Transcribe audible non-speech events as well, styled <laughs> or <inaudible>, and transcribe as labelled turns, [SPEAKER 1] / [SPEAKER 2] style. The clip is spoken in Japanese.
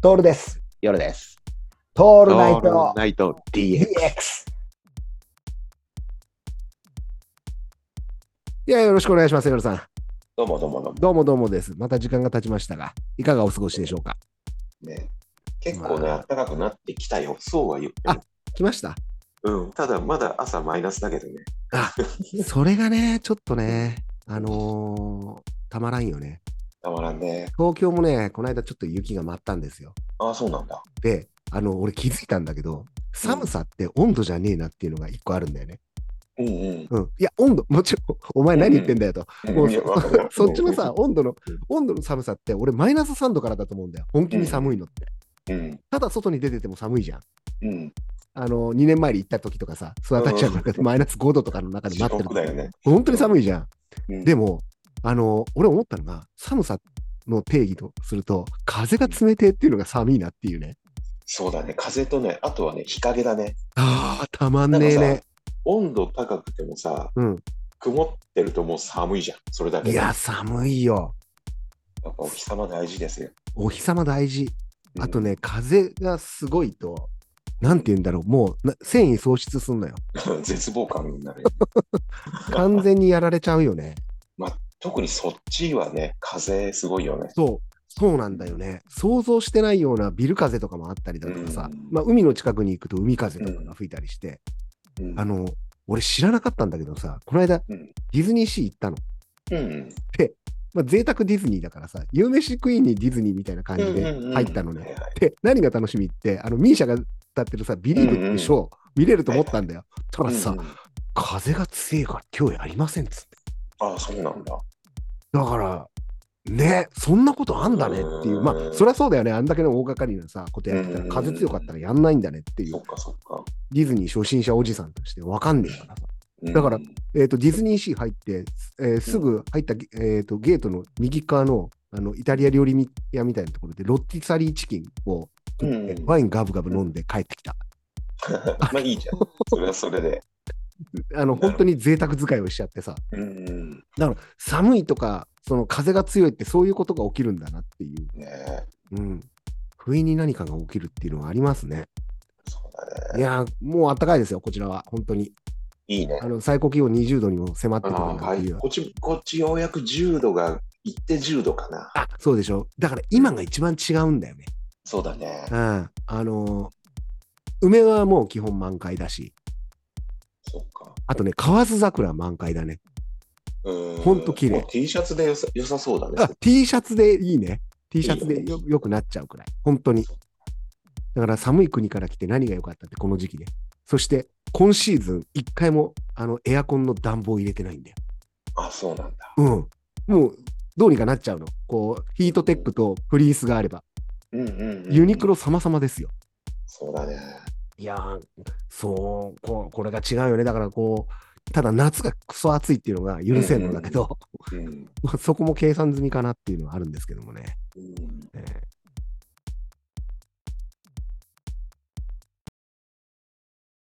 [SPEAKER 1] トールです。
[SPEAKER 2] 夜です。
[SPEAKER 1] ト
[SPEAKER 2] オ
[SPEAKER 1] ールナイト
[SPEAKER 2] ナイト DX。
[SPEAKER 1] DX。いや、よろしくお願いします、エロさん。
[SPEAKER 2] どうもどうもどうも。
[SPEAKER 1] どうもどうもです。また時間が経ちましたが、いかがお過ごしでしょうか。
[SPEAKER 2] ね、結構ね、
[SPEAKER 1] ま
[SPEAKER 2] 暖
[SPEAKER 1] あ
[SPEAKER 2] かくなってきたよ。そうは言っても。
[SPEAKER 1] 来ました
[SPEAKER 2] うん、ただ、まだ朝マイナスだけどね。
[SPEAKER 1] <laughs> それがね、ちょっとね、あのーたまらんよね。
[SPEAKER 2] たまらんね。
[SPEAKER 1] 東京もね、この間ちょっと雪が舞ったんですよ。
[SPEAKER 2] ああ、そうなんだ。
[SPEAKER 1] で、あの、俺気づいたんだけど、寒さって温度じゃねえなっていうのが一個あるんだよね。
[SPEAKER 2] うんうん。
[SPEAKER 1] うん。いや、温度、もちろん、お前何言ってんだよと。もう
[SPEAKER 2] いやわかるわ <laughs>
[SPEAKER 1] そっちのさ、、温度の、温度の寒さって、俺マイナス3度からだと思うんだよ。本気に寒いのって。
[SPEAKER 2] うん
[SPEAKER 1] ただ外に出てても寒いじゃん。
[SPEAKER 2] うん。
[SPEAKER 1] あの、2年前に行った時とかさ、諏訪田ちゃんの中でマイナス5度とかの中で
[SPEAKER 2] 地
[SPEAKER 1] 待って
[SPEAKER 2] 獄
[SPEAKER 1] る。
[SPEAKER 2] だよね。
[SPEAKER 1] 本当に寒いじゃん。
[SPEAKER 2] うん
[SPEAKER 1] でも、あの、俺思ったのが、寒さの定義とすると、風が冷てえっていうのが寒いなっていうね。
[SPEAKER 2] そうだね。風とね、あとはね、日陰だね。
[SPEAKER 1] ああ、たまんねえ
[SPEAKER 2] なん
[SPEAKER 1] ね
[SPEAKER 2] か。温度高くてもさ、
[SPEAKER 1] うん
[SPEAKER 2] 曇ってるともう寒いじゃん。それだけ
[SPEAKER 1] い
[SPEAKER 2] で。
[SPEAKER 1] や、寒いよ。
[SPEAKER 2] やっぱお日様大事ですよ。
[SPEAKER 1] お日様大事。
[SPEAKER 2] うん
[SPEAKER 1] あとね、風がすごいと、なんて言うんだろう、もうな繊維喪失すんのよ。
[SPEAKER 2] <laughs> 絶望感になるよね。
[SPEAKER 1] <laughs> 完全にやられちゃうよ
[SPEAKER 2] <laughs>
[SPEAKER 1] ね。
[SPEAKER 2] 特にそっちはね、風すごいよね。
[SPEAKER 1] そう、そうなんだよね。想像してないようなビル風とかもあったりだとかさ、
[SPEAKER 2] うん
[SPEAKER 1] まあ、海の近くに行くと海風とかが吹いたりして、
[SPEAKER 2] うん
[SPEAKER 1] あの、俺知らなかったんだけどさ、この間、
[SPEAKER 2] うん
[SPEAKER 1] ディズニーシー行ったの。
[SPEAKER 2] うん
[SPEAKER 1] まあ、贅沢ディズニーだからさ、夕飯食いにディズニーみたいな感じで入ったのね。。で、何が楽しみって、あの、ミーシャが歌ってるさ、ビリーブっていうショー、見れると思ったんだよ。た
[SPEAKER 2] うん
[SPEAKER 1] だ
[SPEAKER 2] うん
[SPEAKER 1] さ、
[SPEAKER 2] うんうん
[SPEAKER 1] 風が強いから今日やりませんっつって。
[SPEAKER 2] ああ、そうなんだ。
[SPEAKER 1] だから、ね、そんなことあんだねっていう、ま
[SPEAKER 2] う
[SPEAKER 1] あ、
[SPEAKER 2] ん
[SPEAKER 1] そりゃそうだよね、あんだけの大掛かりなさ、ことやってたら、
[SPEAKER 2] うん
[SPEAKER 1] 風強かったらやんないんだねってい
[SPEAKER 2] そうっ、かそっか。
[SPEAKER 1] ディズニー初心者おじさんとしてわかんねえからさ。
[SPEAKER 2] うん
[SPEAKER 1] だからえっ、と、ディズニーシー入って、えーすぐ入った、えー、とゲートの右側のあのイタリア料理屋みたいなところで、ロッティサリーチキンを食って、
[SPEAKER 2] うん
[SPEAKER 1] ワインガブガブ飲んで帰ってきた。
[SPEAKER 2] <laughs> まあいいじゃん。それはそれで。
[SPEAKER 1] あの、本当に贅沢使いをしちゃってさ。
[SPEAKER 2] うん。
[SPEAKER 1] だから、寒いとか、その風が強いって、そういうことが起きるんだなっていう。
[SPEAKER 2] ねえ
[SPEAKER 1] うん。不意に何かが起きるっていうのはありますね。
[SPEAKER 2] そう
[SPEAKER 1] い
[SPEAKER 2] だね。
[SPEAKER 1] やー、もう暖かいですよ、こちらは、本当に。
[SPEAKER 2] いいね
[SPEAKER 1] あ。の最高気温20度にも迫って
[SPEAKER 2] あ
[SPEAKER 1] くる
[SPEAKER 2] あ、
[SPEAKER 1] な
[SPEAKER 2] は
[SPEAKER 1] ってい
[SPEAKER 2] い。
[SPEAKER 1] う。
[SPEAKER 2] こっち、こっちようやく10度が、行って10度かな。
[SPEAKER 1] あそうでしょ。だから今が一番違うんだよね。
[SPEAKER 2] そうだね
[SPEAKER 1] う。ん。あのー梅はもう基本満開だし、
[SPEAKER 2] そっか。
[SPEAKER 1] あとね、河津桜満開だね。
[SPEAKER 2] うん
[SPEAKER 1] ほんと綺麗
[SPEAKER 2] もう T シャツでよさ良さそうだ
[SPEAKER 1] あ
[SPEAKER 2] ね。
[SPEAKER 1] T シャツでいいね。T シャツで
[SPEAKER 2] いいよ
[SPEAKER 1] よよくなっちゃうくらい。本当に。だから寒い国から来て何が良かったって、この時期ね。そして、今シーズン、一回もあのエアコンの暖房入れてないんだよ。
[SPEAKER 2] あ、そうなんだ。
[SPEAKER 1] うん。もう、どうにかなっちゃうの。こう、ヒートテックとフリースがあれば。
[SPEAKER 2] うんうんうん。
[SPEAKER 1] ユニク。ロ様々ですよ。
[SPEAKER 2] そうだね。
[SPEAKER 1] いやー、そうこ、これが違うよね。だからこう、ただ夏がクソ暑いっていうのが許せんのだけど、
[SPEAKER 2] うん。
[SPEAKER 1] <laughs> まあそこも計算済みかなっていうのはあるんですけどもね。
[SPEAKER 2] うん